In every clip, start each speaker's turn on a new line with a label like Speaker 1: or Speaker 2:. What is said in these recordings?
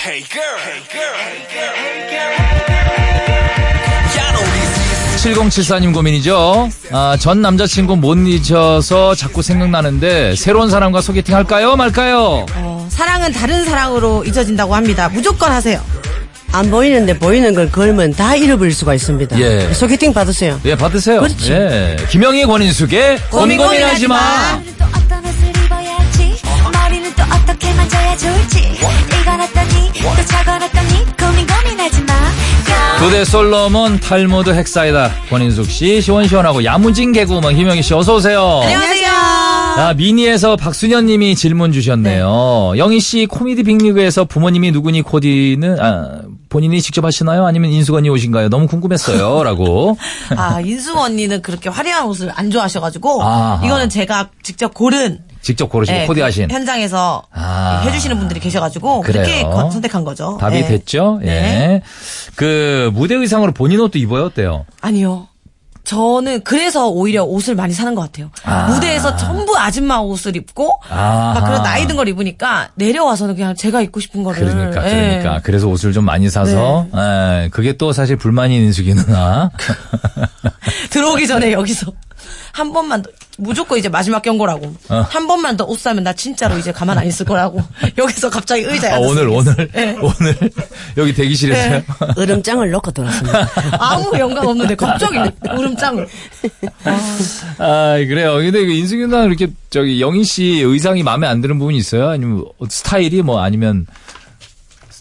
Speaker 1: Hey girl. Hey girl. Hey girl. Hey girl. 야, 너 우리
Speaker 2: 7074님 고민이죠. 아, 전 남자친구 못 잊어서 자꾸 생각나는데 새로운 사람과 소개팅 할까요? 말까요?
Speaker 3: 어, 사랑은 다른 사랑으로 잊어진다고 합니다. 무조건 하세요.
Speaker 4: 안 보이는데 보이는 걸 걸면 다 잃어버릴 수가 있습니다.
Speaker 2: 예.
Speaker 4: 소개팅 받으세요.
Speaker 2: 예, 받으세요.
Speaker 4: 그렇지.
Speaker 2: 예. 김영희의 권인숙의
Speaker 3: 고민
Speaker 2: 고민고민하지
Speaker 3: 고민하지
Speaker 2: 마.
Speaker 3: 마.
Speaker 5: 오늘은 또 어떤 옷을 입어야지 머리는 또 어떻게 만져야 좋을지 이건 어떠니 또 저건 어떠니 고민 고민하지 마 야.
Speaker 2: 도대 솔로몬 탈모드 헥사이다. 권인숙 씨, 시원시원하고 야무진 개그우먼 김영희 씨 어서오세요.
Speaker 3: 안녕하세요.
Speaker 2: 아, 미니에서 박순현 님이 질문 주셨네요. 영희 씨 코미디 빅리그에서 부모님이 누구니 코디는 아, 본인이 직접 하시나요? 아니면 인수건이 오신가요? 너무 궁금했어요라고.
Speaker 3: 아, 인수 언니는 그렇게 화려한 옷을 안 좋아하셔가지고,
Speaker 2: 아하.
Speaker 3: 이거는 제가 직접 고른,
Speaker 2: 직접 고르시고
Speaker 3: 예,
Speaker 2: 코디하신.
Speaker 3: 그 현장에서 예,
Speaker 2: 아.
Speaker 3: 해주시는 분들이 계셔가지고, 그렇게
Speaker 2: 그래요.
Speaker 3: 선택한 거죠.
Speaker 2: 답이
Speaker 3: 예.
Speaker 2: 됐죠? 예.
Speaker 3: 네.
Speaker 2: 그 무대 의상으로 본인 옷도 입어요? 어때요?
Speaker 3: 아니요. 저는 그래서 오히려 옷을 많이 사는 것 같아요.
Speaker 2: 아.
Speaker 3: 무대에서 전부 아줌마 옷을 입고
Speaker 2: 아하.
Speaker 3: 막 그런 나이 든 걸 입으니까 내려와서는 그냥 제가 입고 싶은 거를
Speaker 2: 그러니까
Speaker 4: 음,
Speaker 3: 예.
Speaker 2: 그러니까 그래서 옷을 좀 많이 사서
Speaker 4: 네.
Speaker 2: 예, 그게 또 사실 불만인 인숙이
Speaker 4: 아,
Speaker 2: 누나.
Speaker 3: 예. 들어오기 전에 여기서 한 번만 더 무조건 이제 마지막 경고라고
Speaker 2: 어.
Speaker 3: 한 번만 더 옷 사면 나 진짜로 이제 가만 안 있을 거라고 여기서 갑자기 의자에
Speaker 2: 아,
Speaker 3: 앉았어요.
Speaker 2: 오늘 오늘
Speaker 4: 예.
Speaker 2: 오늘 여기 대기실에서요.
Speaker 3: 예.
Speaker 4: 얼음장을 넣고 돌았습니다.
Speaker 3: 아무 연관 없는데 갑자기 울음짱
Speaker 2: 아 그래요. 근데 그 인숙이 누나 이렇게 저기 영희 씨 의상이 마음에 안 드는 부분이 있어요? 아니면 스타일이 뭐 아니면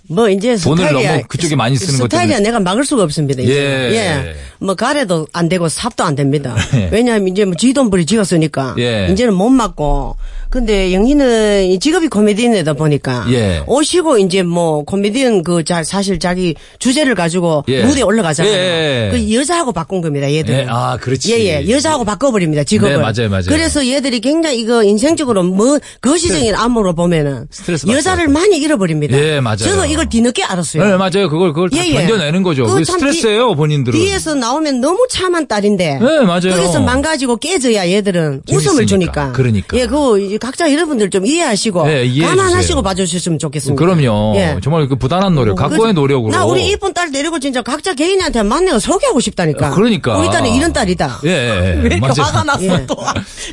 Speaker 4: 뭐 이제
Speaker 2: 돈을
Speaker 4: 스타일이야.
Speaker 2: 너무 그쪽에 많이 쓰는 것
Speaker 4: 스타일이야
Speaker 2: 때문에.
Speaker 4: 내가 막을 수가 없습니다. 이제.
Speaker 2: 예.
Speaker 4: 뭐 가래도 안 되고 삽도 안 됩니다.
Speaker 2: 예.
Speaker 4: 왜냐하면 이제 뭐 지돈벌이 지었으니까
Speaker 2: 예.
Speaker 4: 이제는 못 맞고. 근데 영희는 이 직업이 코미디언이다 보니까
Speaker 2: 예.
Speaker 4: 오시고 이제 뭐 코미디언 그 자, 사실 자기 주제를 가지고
Speaker 2: 예.
Speaker 4: 무대에 올라가잖아요.
Speaker 2: 예.
Speaker 4: 그 여자하고 바꾼 겁니다. 얘들.
Speaker 2: 예, 아, 그렇지.
Speaker 4: 예예. 여자하고 바꿔버립니다. 직업을.
Speaker 2: 네, 맞아요, 맞아요.
Speaker 4: 그래서 얘들이 굉장히 이거 인생적으로 뭐 거시적인 암으로 보면은
Speaker 2: 스트레스 받죠.
Speaker 4: 여자를 많이 잃어버립니다.
Speaker 2: 예, 맞아요.
Speaker 4: 저도 이걸 뒤늦게 알았어요.
Speaker 2: 네 맞아요. 그걸 그걸 다
Speaker 4: 예, 예.
Speaker 2: 견뎌내는 거죠.
Speaker 4: 그거
Speaker 2: 그게
Speaker 4: 참
Speaker 2: 스트레스예요
Speaker 4: 뒤-
Speaker 2: 본인들은.
Speaker 4: 뒤에서 나오면 너무 참한 딸인데.
Speaker 2: 네, 맞아요.
Speaker 4: 거기서 망가지고 깨져야 얘들은
Speaker 2: 재밌으니까.
Speaker 4: 웃음을 주니까.
Speaker 2: 그러니까.
Speaker 4: 예, 그거 이제 각자 여러분들 좀 이해하시고.
Speaker 2: 예, 이해해주세요.
Speaker 4: 감안하시고 봐주셨으면 좋겠습니다.
Speaker 2: 그럼요.
Speaker 4: 예.
Speaker 2: 정말 그 부단한 노력, 각고의
Speaker 4: 그래서
Speaker 2: 노력으로.
Speaker 4: 나 우리 이쁜 딸 데리고 진짜 각자 개인한테 만나서 소개하고 싶다니까.
Speaker 2: 그러니까.
Speaker 4: 우리 딸은 이런 딸이다.
Speaker 2: 예, 예, 예.
Speaker 3: 왜 이렇게
Speaker 2: 맞아요.
Speaker 3: 화가 났어
Speaker 4: 예.
Speaker 3: 또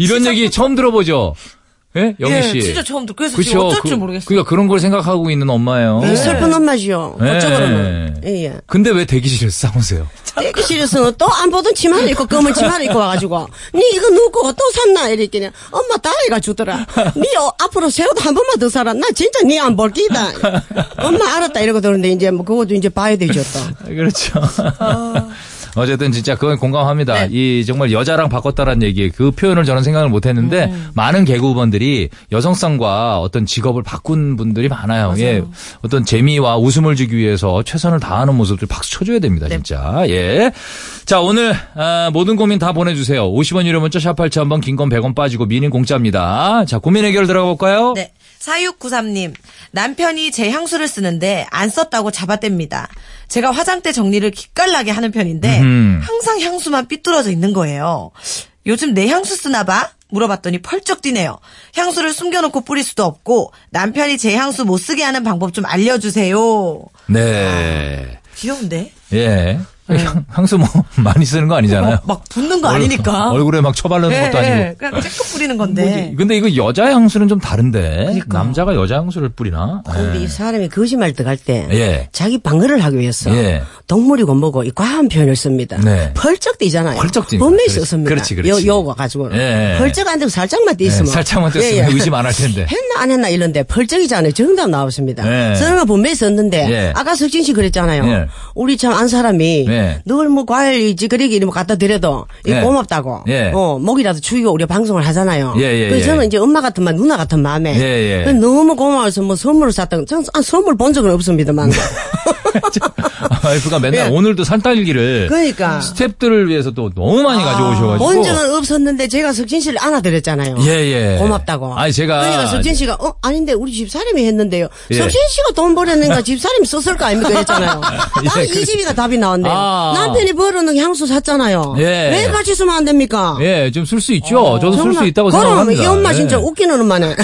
Speaker 2: 이런 얘기 처음 들어보죠. 예, 영희
Speaker 3: 예,
Speaker 2: 씨.
Speaker 3: 진짜 처음 들- 그래서 지금 어쩔 줄 모르겠어요. 네.
Speaker 2: 그러니까 그런 걸 생각하고 있는 엄마예요.
Speaker 4: 이 슬픈 엄마지요.
Speaker 2: 예.
Speaker 4: 어쩌고는. 예, 예.
Speaker 2: 근데 왜 대기실에서 싸우세요?
Speaker 4: 그 대기실에서는 또 안 보던 치마를 입고 검은 치마를 입고 와가지고 니 이거 누구 또 샀나 이랬더니 엄마 딸애가 주더라 니 어, 앞으로 새우도 한 번만 더 사라 나 진짜 니 안 볼 끼다 엄마 알았다 이러고 들었는데 이제 뭐 그것도 이제 봐야 되죠 또
Speaker 2: 그렇죠. 어쨌든 진짜 그건 공감합니다. 이 정말 여자랑 바꿨다라는 얘기에 그 표현을 저는 생각을 못 했는데 많은 개그우먼들이 여성성과 어떤 직업을 바꾼 분들이 많아요. 예. 어떤 재미와 웃음을 주기 위해서 최선을 다하는 모습들 박수 쳐줘야 됩니다. 진짜. 예. 자, 오늘 아, 모든 고민 다 보내주세요. 50원 유료 문자 샵 8000번 긴 건 100원 빠지고 미니 공짜입니다. 자, 고민 해결 들어가 볼까요?
Speaker 3: 네. 4693님, 남편이 제 향수를 쓰는데 안 썼다고 잡아댑니다. 제가 화장대 정리를 기깔나게 하는 편인데 항상 향수만 삐뚤어져 있는 거예요. 요즘 내 향수 쓰나 봐? 물어봤더니 펄쩍 뛰네요. 향수를 숨겨놓고 뿌릴 수도 없고 남편이 제 향수 못 쓰게 하는 방법 좀 알려주세요.
Speaker 2: 네.
Speaker 3: 귀여운데?
Speaker 2: 예. 향- 향수 뭐 많이 쓰는 거 아니잖아요.
Speaker 3: 막, 막 붙는 거 아니니까.
Speaker 2: 얼굴에 막 쳐바르는
Speaker 3: 예,
Speaker 2: 것도 아니고.
Speaker 3: 예, 그냥 쬐끔 뿌리는
Speaker 4: 예.
Speaker 3: 건데.
Speaker 2: 근데 이거 여자 향수는 좀 다른데.
Speaker 4: 그러니까.
Speaker 2: 남자가 여자 향수를 뿌리나?
Speaker 4: 근데 이 사람이 거짓말 들어갈 때
Speaker 2: 예.
Speaker 4: 자기 방어를 하기 위해서
Speaker 2: 예.
Speaker 4: 동물이고 뭐고 이 과한 표현을 씁니다
Speaker 2: 네.
Speaker 4: 펄쩍 뛰잖아요
Speaker 2: 펄쩍 뛰니까.
Speaker 4: 분명히
Speaker 2: 그렇지.
Speaker 4: 썼습니다
Speaker 2: 그렇지, 그렇지.
Speaker 4: 요, 요거 가지고
Speaker 2: 예, 예.
Speaker 4: 펄쩍 안 되고 살짝만
Speaker 2: 예,
Speaker 4: 뛰었으면
Speaker 2: 살짝만
Speaker 4: 예,
Speaker 2: 뗐으면
Speaker 4: 예.
Speaker 2: 의심 안 할 텐데.
Speaker 4: 했나 안 했나 이런데 펄쩍이잖아요. 정답 나왔습니다.
Speaker 2: 예.
Speaker 4: 저는 거 분명히 썼는데
Speaker 2: 예.
Speaker 4: 아까 석진 씨 그랬잖아요.
Speaker 2: 예.
Speaker 4: 우리 참 안 사람이
Speaker 2: 예.
Speaker 4: 늘 뭐 과일 찌그레기 이런 거 갖다 드려도 이거
Speaker 2: 예.
Speaker 4: 고맙다고.
Speaker 2: 예.
Speaker 4: 어, 목이라도 추이고 우리가 방송을 하잖아요.
Speaker 2: 예, 예,
Speaker 4: 그래서
Speaker 2: 예.
Speaker 4: 저는 이제 엄마 같은 마 누나 같은 마음에
Speaker 2: 예, 예.
Speaker 4: 그래서 너무 고마워서 뭐 선물을 샀던 저는 아, 선물 본 적은 없습니다만.
Speaker 2: 와이프가 맨날
Speaker 4: 예.
Speaker 2: 오늘도 산딸기를
Speaker 4: 그러니까. 아,
Speaker 2: 스탭들을 위해서 또 너무 많이 가져오셔가지고
Speaker 4: 본 적은 없었는데 제가 석진 씨를 안아드렸잖아요.
Speaker 2: 예, 예.
Speaker 4: 고맙다고.
Speaker 2: 아니, 제가-
Speaker 4: 그러니까 석진 씨가 어 아닌데 우리 집 사람이 했는데요.
Speaker 2: 예.
Speaker 4: 석진 씨가 돈 벌었는가 집 사람이 썼을 거 아닙니까 했잖아요.
Speaker 2: 예,
Speaker 4: 딱
Speaker 2: 그렇죠.
Speaker 4: 이집이가 답이 나왔네요.
Speaker 2: 아.
Speaker 4: 남편이 벌어놓은 향수 샀잖아요.
Speaker 2: 예.
Speaker 4: 왜 같이 쓰면 안 됩니까?
Speaker 2: 예, 좀 쓸 수 있죠. 저도 쓸 수
Speaker 4: 어, 정말.
Speaker 2: 있다고
Speaker 4: 그럼
Speaker 2: 생각합니다.
Speaker 4: 이 엄마
Speaker 2: 예.
Speaker 4: 진짜 웃기는 엄마네.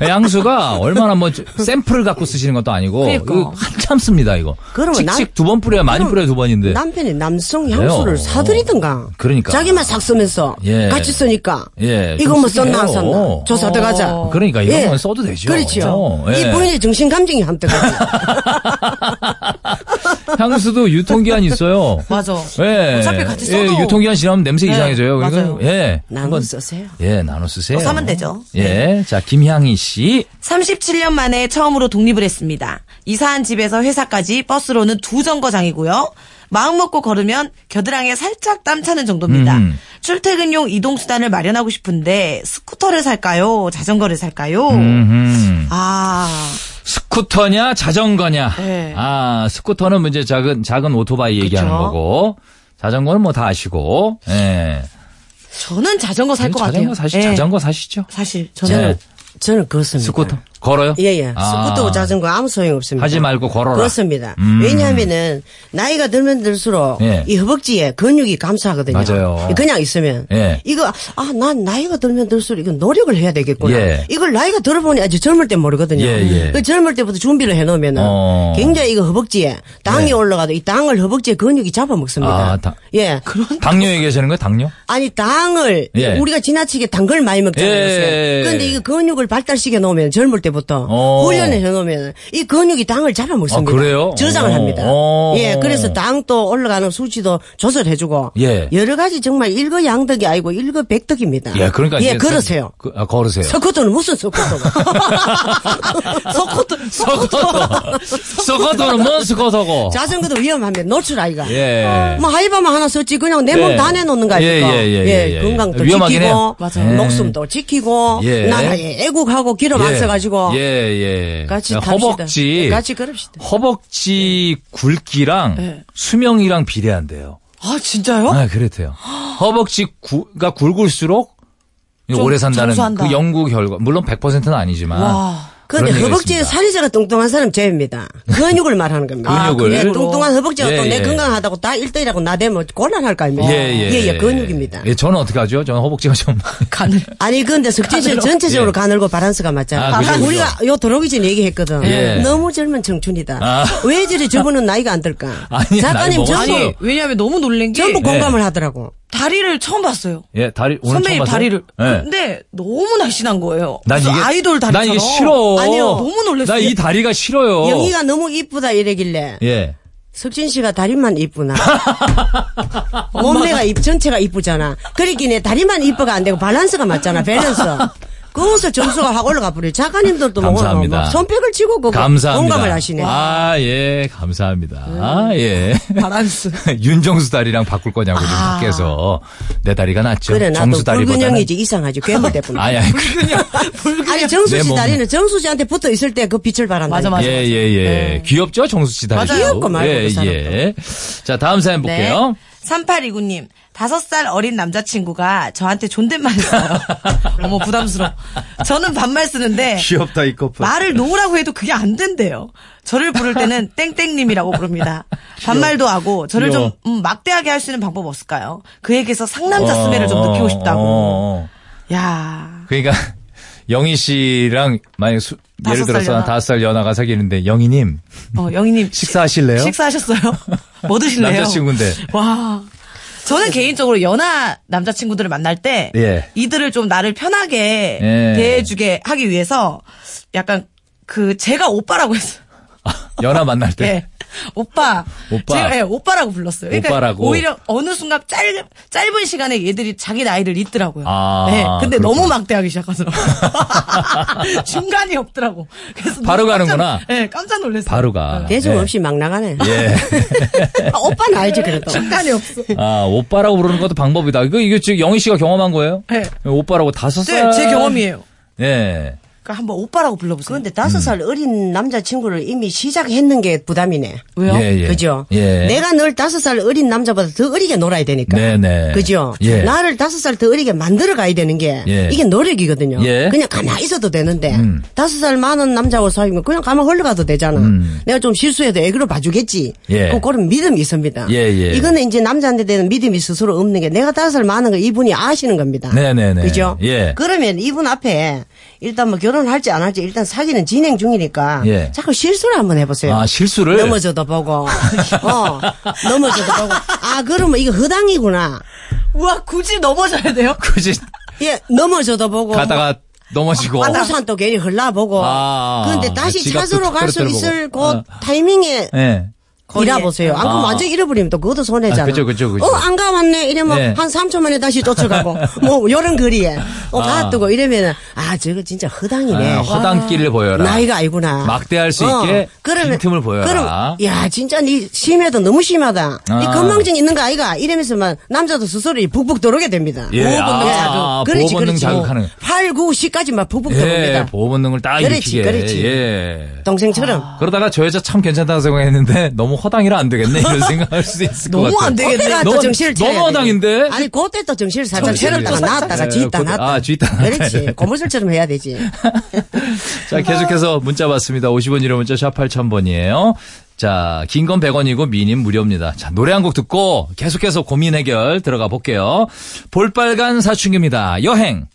Speaker 2: 양수가 얼마나 뭐 샘플을 갖고 쓰시는 것도 아니고
Speaker 4: 그러니까.
Speaker 2: 이거 한참 씁니다 이거.
Speaker 4: 그러면
Speaker 2: 칙칙
Speaker 4: 남-
Speaker 2: 두 번 뿌려야 많이
Speaker 4: 그럼
Speaker 2: 뿌려야 두 번인데.
Speaker 4: 남편이 남성 향수를
Speaker 2: 그래요.
Speaker 4: 사드리든가.
Speaker 2: 네. 그러니까.
Speaker 4: 자기만 싹 쓰면서
Speaker 2: 예.
Speaker 4: 같이 쓰니까.
Speaker 2: 예,
Speaker 4: 이거 뭐
Speaker 2: 좀
Speaker 4: 썼나 안 썼나.
Speaker 2: 쓰세요.
Speaker 4: 조사 들어가자.
Speaker 2: 그러니까 이런
Speaker 4: 예.
Speaker 2: 건 써도 되죠.
Speaker 4: 그렇죠.
Speaker 2: 어, 예.
Speaker 4: 이 부인의 정신 감정이 그렇죠. 함께가지
Speaker 2: 향수도 유통기한 이 있어요.
Speaker 3: 맞아.
Speaker 2: 예.
Speaker 3: 어차피 같이 써도.
Speaker 2: 예, 유통기한 지나면 냄새
Speaker 3: 네,
Speaker 2: 이상해져요. 그러니까
Speaker 3: 맞아요.
Speaker 2: 예.
Speaker 4: 나눠
Speaker 2: 한번-
Speaker 4: 쓰세요.
Speaker 2: 예, 나눠 쓰세요.
Speaker 3: 어, 사면 되죠.
Speaker 2: 예. 자, 김향희 씨.
Speaker 3: 37년 만에 처음으로 독립을 했습니다. 이사한 집에서 회사까지 버스로는 두 정거장이고요. 마음 먹고 걸으면 겨드랑이에 살짝 땀 차는 정도입니다.
Speaker 2: 음.
Speaker 3: 출퇴근용 이동수단을 마련하고 싶은데 스쿠터를 살까요? 자전거를 살까요?
Speaker 2: 음.
Speaker 3: 아,
Speaker 2: 스쿠터냐 자전거냐.
Speaker 3: 네.
Speaker 2: 아 스쿠터는 문제 작은 작은 오토바이 얘기하는
Speaker 3: 그쵸.
Speaker 2: 거고 자전거는 뭐 다 아시고. 예.
Speaker 3: 저는 자전거 살 것
Speaker 2: 자전거
Speaker 3: 같아요.
Speaker 2: 사시
Speaker 3: 예.
Speaker 2: 자전거 사시죠.
Speaker 3: 사실
Speaker 2: 예.
Speaker 3: 저는
Speaker 4: 저는 그렇습니다.
Speaker 2: 스쿠터 걸어요.
Speaker 4: 예, 예.
Speaker 2: 아.
Speaker 4: 스쿠터 자전거 아무 소용 없습니다.
Speaker 2: 하지 말고 걸어라.
Speaker 4: 그렇습니다.
Speaker 2: 음.
Speaker 4: 왜냐하면은, 나이가 들면 들수록,
Speaker 2: 예.
Speaker 4: 이 허벅지에 근육이 감소하거든요.
Speaker 2: 맞아요.
Speaker 4: 그냥 있으면.
Speaker 2: 예.
Speaker 4: 이거, 아, 난 나이가 들면 들수록 이거 노력을 해야 되겠구나.
Speaker 2: 예.
Speaker 4: 이걸 나이가 들어보니 아직 젊을 때 모르거든요.
Speaker 2: 예, 예.
Speaker 4: 그 젊을 때부터 준비를 해놓으면은,
Speaker 2: 어.
Speaker 4: 굉장히 이거 허벅지에, 당이
Speaker 2: 예.
Speaker 4: 올라가도 이 당을 허벅지에 근육이 잡아먹습니다.
Speaker 2: 아, 당-
Speaker 4: 예.
Speaker 2: 당뇨 얘기하시는 거예요? 당뇨?
Speaker 4: 아니 당을
Speaker 2: 예.
Speaker 4: 우리가 지나치게 단 걸 많이
Speaker 2: 예.
Speaker 4: 먹잖아요. 요새. 그런데 이 근육을 발달시켜 놓으면 젊을 때부터
Speaker 2: 어.
Speaker 4: 훈련을 해 놓으면 이 근육이 당을 잡아 먹습니다.
Speaker 2: 아, 그래요?
Speaker 4: 저장을
Speaker 2: 어.
Speaker 4: 합니다.
Speaker 2: 어.
Speaker 4: 예, 그래서 당도 올라가는 수치도 조절해 주고
Speaker 2: 예.
Speaker 4: 여러 가지 정말 일거양득이 아니고 일거백득입니다.
Speaker 2: 예, 그러니까
Speaker 4: 예,
Speaker 2: 이제
Speaker 4: 그러세요.
Speaker 2: 그- 아, 걸으세요.
Speaker 4: 석호도는 무슨 석호도가 석호도
Speaker 2: 스쿠터. 스쿠터는 뭔 스쿠터고?
Speaker 4: 자전거도 위험하면 노출 아이가.
Speaker 2: 어. 예.
Speaker 4: 뭐 하이바만 하나 썼지 그냥 내 몸
Speaker 2: 예.
Speaker 4: 다 내놓는 거 아닙니까?
Speaker 2: 예, 예, 예, 예, 예.
Speaker 4: 건강도
Speaker 2: 위험하긴
Speaker 4: 지키고
Speaker 2: 해요. 맞아요. 예.
Speaker 4: 목숨도 지키고
Speaker 2: 예.
Speaker 4: 나라에 애국하고 기름 안 써가지고
Speaker 2: 예, 예.
Speaker 4: 같이
Speaker 2: 그러니까
Speaker 4: 탑시다.
Speaker 2: 허벅지.
Speaker 4: 예, 같이 걸읍시다.
Speaker 2: 허벅지 굵기랑 수명이랑 비례한대요.
Speaker 3: 아 진짜요?
Speaker 2: 아, 그렇대요. 허벅지 구가 굵을수록 오래 산다는
Speaker 3: 청소한다.
Speaker 2: 그 연구 결과. 물론 100%는 아니지만.
Speaker 3: 와.
Speaker 4: 그런데
Speaker 2: 그런 얘기가
Speaker 4: 허벅지에
Speaker 2: 있습니다.
Speaker 4: 살이자가 뚱뚱한 사람 죄입니다. 근육을 말하는 겁니다.
Speaker 2: 근육을.
Speaker 4: 예, 뚱뚱한 허벅지가
Speaker 2: 예,
Speaker 4: 또 내
Speaker 2: 예.
Speaker 4: 건강하다고 다 1대1하고 나대면 곤란할 거 아닙니까?
Speaker 2: 예, 예.
Speaker 4: 예, 근육입니다.
Speaker 2: 예, 저는 어떻게 하죠? 저는 허벅지가 좀.
Speaker 3: 간을.
Speaker 4: 아니 근데 석진 씨는 전체적으로 가늘고 바란스가 맞잖아.
Speaker 2: 예. 아, 그죠, 그죠.
Speaker 4: 우리가 요 들어오기 전에 얘기했거든.
Speaker 2: 예.
Speaker 4: 너무 젊은 청춘이다.
Speaker 2: 아.
Speaker 4: 왜 저리 저분은 나이가 안 들까?
Speaker 2: 아니,
Speaker 4: 작가님
Speaker 2: 나이 먹었어요.
Speaker 4: 전부
Speaker 2: 아니,
Speaker 3: 왜냐하면 너무 놀란 게
Speaker 4: 전부
Speaker 2: 예.
Speaker 4: 공감을 하더라고.
Speaker 3: 다리를 처음 봤어요.
Speaker 2: 예, 다리, 오늘 처음
Speaker 3: 선배님
Speaker 2: 봤어요?
Speaker 3: 다리를.
Speaker 2: 예.
Speaker 3: 근데 너무 날씬한 거예요.
Speaker 2: 난
Speaker 3: 무슨
Speaker 2: 이게
Speaker 3: 아이돌 다리처럼.
Speaker 2: 난 이게 싫어.
Speaker 3: 아니요. 너무 놀랐어요.
Speaker 2: 나이 다리가 싫어요.
Speaker 4: 영희가 너무 이쁘다 이래길래
Speaker 2: 예.
Speaker 4: 석진 씨가 다리만 이쁘나? 몸매가 입 전체가 이쁘잖아. 그러긴 해 다리만 이뻐가 안 되고 밸런스가 맞잖아. 밸런스. 거기서 점수가 확 올라가 버려. 작가님들도 뭐
Speaker 2: 감사합니다.
Speaker 4: 뭐 손뼉을 치고 그거
Speaker 2: 감사합니다.
Speaker 4: 공감을 하시네. 음.
Speaker 2: 아, 예, 감사합니다. 아, 예.
Speaker 3: 바란스.
Speaker 2: 윤정수 다리랑 바꿀 거냐고, 아. 밖에서. 내 다리가 낫죠.
Speaker 4: 그래 나도
Speaker 2: 정수 다리보다는.
Speaker 4: 불균형이지 이상하지 괴물 대뿐.
Speaker 2: 아니, 아니, 그-
Speaker 4: 아니 정수
Speaker 2: 내
Speaker 4: 씨
Speaker 2: 몸.
Speaker 4: 다리는 정수 씨한테 붙어 있을 때 그 빛을 발한다.
Speaker 3: 맞아, 맞아.
Speaker 2: 예, 예, 예. 귀엽죠? 정수 씨 다리.
Speaker 4: 네. 맞아요. 귀엽고 말고 그
Speaker 2: 예,
Speaker 4: 사람도. 네.
Speaker 2: 예. 자, 다음 사연 볼게요.
Speaker 3: 3829님, 5살 네. 어린 남자친구가 저한테 존댓말 했어요. 어머, 부담스러워. 저는 반말 쓰는데.
Speaker 2: 귀엽다, 이 커플.
Speaker 3: 말을 놓으라고 해도 그게 안 된대요. 저를 부를 때는 땡땡님이라고 부릅니다. 반말도 하고 저를
Speaker 2: 귀여워.
Speaker 3: 좀 음, 막대하게 할 수 있는 방법 없을까요? 그에게서
Speaker 4: 아,
Speaker 3: 상남자
Speaker 2: 어,
Speaker 3: 스멜을 좀 느끼고 싶다고.
Speaker 2: 어, 어.
Speaker 3: 야,
Speaker 2: 그러니까, 영희 씨랑, 만약 수, 예를
Speaker 3: 다섯 살
Speaker 2: 들어서
Speaker 3: 연하.
Speaker 2: 다섯 살 연하가 사귀는데, 영희님,
Speaker 3: 어, 영희님
Speaker 2: 식사하실래요?
Speaker 3: 식사하셨어요? 뭐 드실래요?
Speaker 2: 남자친구인데.
Speaker 3: 와. 저는 개인적으로 연하 남자친구들을 만날 때
Speaker 2: 예.
Speaker 3: 이들을 좀 나를 편하게
Speaker 2: 예.
Speaker 3: 대해주게 하기 위해서 약간 그 제가 오빠라고 했어요.
Speaker 2: 아, 연하 만날 때.
Speaker 3: 예. 오빠.
Speaker 2: 네. 오빠.
Speaker 3: 제가 예, 오빠라고 불렀어요. 그러니까
Speaker 2: 오빠라고.
Speaker 3: 오히려 어느 순간 짧, 짧은 시간에 얘들이 자기 나이를 잊더라고요.
Speaker 2: 아,
Speaker 3: 예. 근데
Speaker 2: 그렇구나.
Speaker 3: 너무 막대하기 시작하서 중간이 없더라고. 그래서
Speaker 2: 바로
Speaker 3: 너무 깜짝-
Speaker 2: 가는구나.
Speaker 3: 예, 깜짝 놀랐어요.
Speaker 2: 바로가.
Speaker 4: 대중
Speaker 2: 예.
Speaker 4: 없이 막 나가네.
Speaker 2: 예.
Speaker 4: 아, 오빠는 알지 그래도.
Speaker 3: 중간이 없어.
Speaker 2: 아, 오빠라고 부르는 것도 방법이다. 이거, 이거 지금 영희 씨가 경험한 거예요?
Speaker 3: 네.
Speaker 2: 오빠라고 다섯
Speaker 3: 네,
Speaker 2: 살.
Speaker 3: 제 경험이에요.
Speaker 2: 예.
Speaker 3: 그러니까 한번 오빠라고 불러보세요.
Speaker 4: 근데 다섯 살 어린 남자친구를 이미 시작했는 게 부담이네.
Speaker 3: 왜요?
Speaker 2: 예, 예.
Speaker 4: 그죠?
Speaker 2: 예.
Speaker 4: 내가 널 다섯 살 어린 남자보다 더 어리게 놀아야 되니까.
Speaker 2: 네네.
Speaker 4: 그러니까. 그죠?
Speaker 2: 예.
Speaker 4: 나를 다섯 살 더 어리게 만들어 가야 되는 게
Speaker 2: 예.
Speaker 4: 이게 노력이거든요.
Speaker 2: 예. 음.
Speaker 4: 그냥 가만히 있어도 되는데 다섯 살 많은 남자하고 사귀면 그냥 가만히 흘러가도 되잖아. 내가 좀 실수해도 애교로 봐주겠지.
Speaker 2: 음. 예.
Speaker 4: 그- 그런 믿음이 있습니다.
Speaker 2: 예, 예.
Speaker 4: 이거는 이제 남자한테 대한 믿음이 스스로 없는 게 내가 다섯 살 많은 걸 이분이 아시는 겁니다.
Speaker 2: 네네네.
Speaker 4: 그죠?
Speaker 2: 예.
Speaker 4: 그러면 이분 앞에 일단 뭐 결혼할지 안 할지 일단 사귀는 진행 중이니까
Speaker 2: 예.
Speaker 4: 자꾸 실수를 한번 해보세요.
Speaker 2: 아, 실수를?
Speaker 4: 네. 넘어져도 보고, 어, 넘어져도 보고. 아, 그러면 이거 허당이구나.
Speaker 3: 우와 굳이 넘어져야 돼요?
Speaker 2: 굳이
Speaker 4: 예, 넘어져도 보고.
Speaker 2: 가다가 넘어지고.
Speaker 4: 뭐 화산 또 괜히 흘러보고.
Speaker 2: 아,
Speaker 4: 그런데 다시
Speaker 2: 지갑도
Speaker 4: 찾으러 갈 수
Speaker 2: 뚝
Speaker 4: 있을 그
Speaker 2: 떨어뜨려 보고.
Speaker 4: 타이밍에
Speaker 2: 예.
Speaker 4: 일해보세요. 안 그럼
Speaker 2: 아.
Speaker 4: 완전 잃어버리면 또 그것도 손해잖아.
Speaker 2: 아, 그죠, 그죠, 그죠.
Speaker 4: 어, 안 가봤네. 이러면
Speaker 2: 네.
Speaker 4: 한 3초 만에 다시 쫓아가고. 뭐, 요런 거리에. 어,
Speaker 2: 아.
Speaker 4: 가뜨고 이러면은, 아, 저거 진짜 허당이네.
Speaker 2: 아, 허당끼를 보여라.
Speaker 4: 나이가 아니구나. 어.
Speaker 2: 막대할 수 있게 빈틈을 보여라.
Speaker 4: 그럼, 야, 진짜 니 심해도 너무 심하다.
Speaker 2: 아.
Speaker 4: 니 건망증 있는 거 아이가? 이러면서만 남자도 스스로 이 북북 들어오게 됩니다.
Speaker 2: 예,
Speaker 4: 보호본능
Speaker 2: 아,
Speaker 4: 자극.
Speaker 2: 아,
Speaker 4: 그렇지,
Speaker 2: 보호본능
Speaker 4: 그렇지.
Speaker 2: 자극하는.
Speaker 4: 8, 9, 10까지 막 북북
Speaker 2: 예,
Speaker 4: 들어옵니다.
Speaker 2: 보호본능을 딱
Speaker 4: 그렇지,
Speaker 2: 일으키게.
Speaker 4: 그렇지.
Speaker 2: 예.
Speaker 4: 동생처럼.
Speaker 2: 그러다가 저 여자 참 괜찮다고 생각했는데 너무 허당이라 안 되겠네 이런 생각할 수 있을 것 같아요.
Speaker 4: 너무 안 되겠네. 그때가 또
Speaker 2: 너무-
Speaker 4: 정신을 차려야
Speaker 2: 너무
Speaker 4: 돼.
Speaker 2: 허당인데.
Speaker 4: 아니, 그때 또 정신을 살짝
Speaker 2: 정신을
Speaker 4: 차렸다가
Speaker 2: 살짝
Speaker 4: 나왔다가
Speaker 2: 차려요.
Speaker 4: 쥐있다
Speaker 2: 그때-
Speaker 4: 나왔다.
Speaker 2: 아, 쥐있다 나왔다.
Speaker 4: 그렇지. 고물술처럼 해야 되지.
Speaker 2: 자, 계속해서 문자 받습니다. 50원 유료 문자 샵 8000번이에요. 자, 긴 건 100원이고 미님 무료입니다. 자, 노래 한 곡 듣고 계속해서 고민 해결 들어가 볼게요. 볼빨간 사춘기입니다. 여행.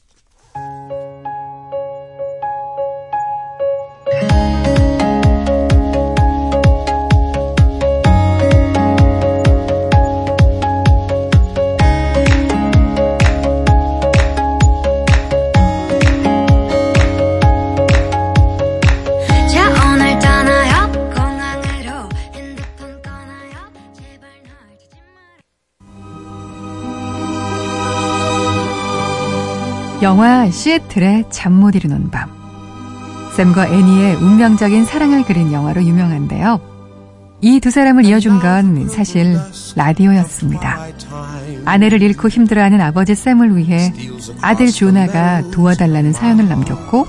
Speaker 5: 자 오늘 떠나요 공항으로 핸드폰 꺼나요 제발 널 찾지 마라
Speaker 6: 영화 시애틀의 잠 못 이루는 밤. 샘과 애니의 운명적인 사랑을 그린 영화로 유명한데요. 이 두 사람을 이어준 건 사실 라디오였습니다. 아내를 잃고 힘들어하는 아버지 샘을 위해 아들 조나가 도와달라는 사연을 남겼고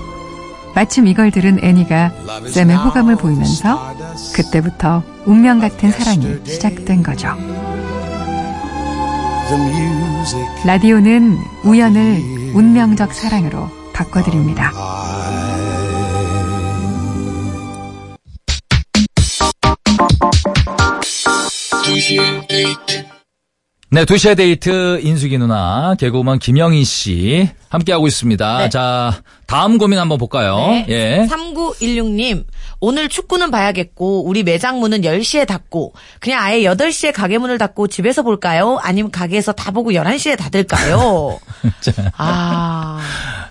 Speaker 6: 마침 이걸 들은 애니가 샘의 호감을 보이면서 그때부터 운명 같은 사랑이 시작된 거죠. 라디오는 우연을 운명적 사랑으로 바꿔드립니다.
Speaker 2: 네, 2시의 데이트 인숙이 누나, 개그우먼 김영희 씨 함께하고 있습니다. 자, 다음 고민 한번 볼까요? 예.
Speaker 3: 3916님, 네. 오늘 축구는 봐야겠고, 우리 매장 문은 10시에 닫고, 그냥 아예 8시에 가게 문을 닫고 집에서 볼까요? 아니면 가게에서 다 보고 11시에 닫을까요? 아,